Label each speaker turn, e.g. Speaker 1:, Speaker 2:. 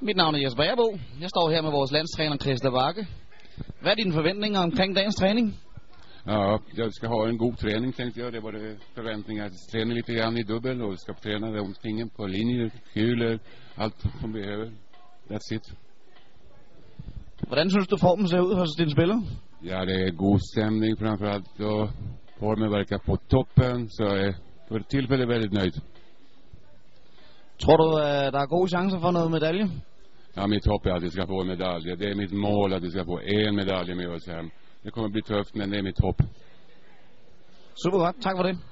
Speaker 1: Mit navn er Jesper Erbo. Jeg står her med vores landstræner Christa Bakke. Hvad er dine forventninger omkring dagens træning?
Speaker 2: Ja, jag ska ha en god träning tänkte jag. Det var det förväntningar. Träna lite grann i dubbel och ska träna de tingen på linjer, kulor, allt som behöver. That's it.
Speaker 1: Hvordan synes du formen ser ud hos dine spillere?
Speaker 2: Ja, det är god stämning framförallt och formen verkar på toppen. Så jag är för tillfället väldigt nöjd.
Speaker 1: Tror du, øh, der er gode chancer for noget medalje?
Speaker 2: Ja, mitt hopp är att vi ska få en medalj. Det är mitt mål att vi ska få en medalj med oss hem. Det kommer bli tufft, men det är mitt hopp.
Speaker 1: Super godt, tak for det.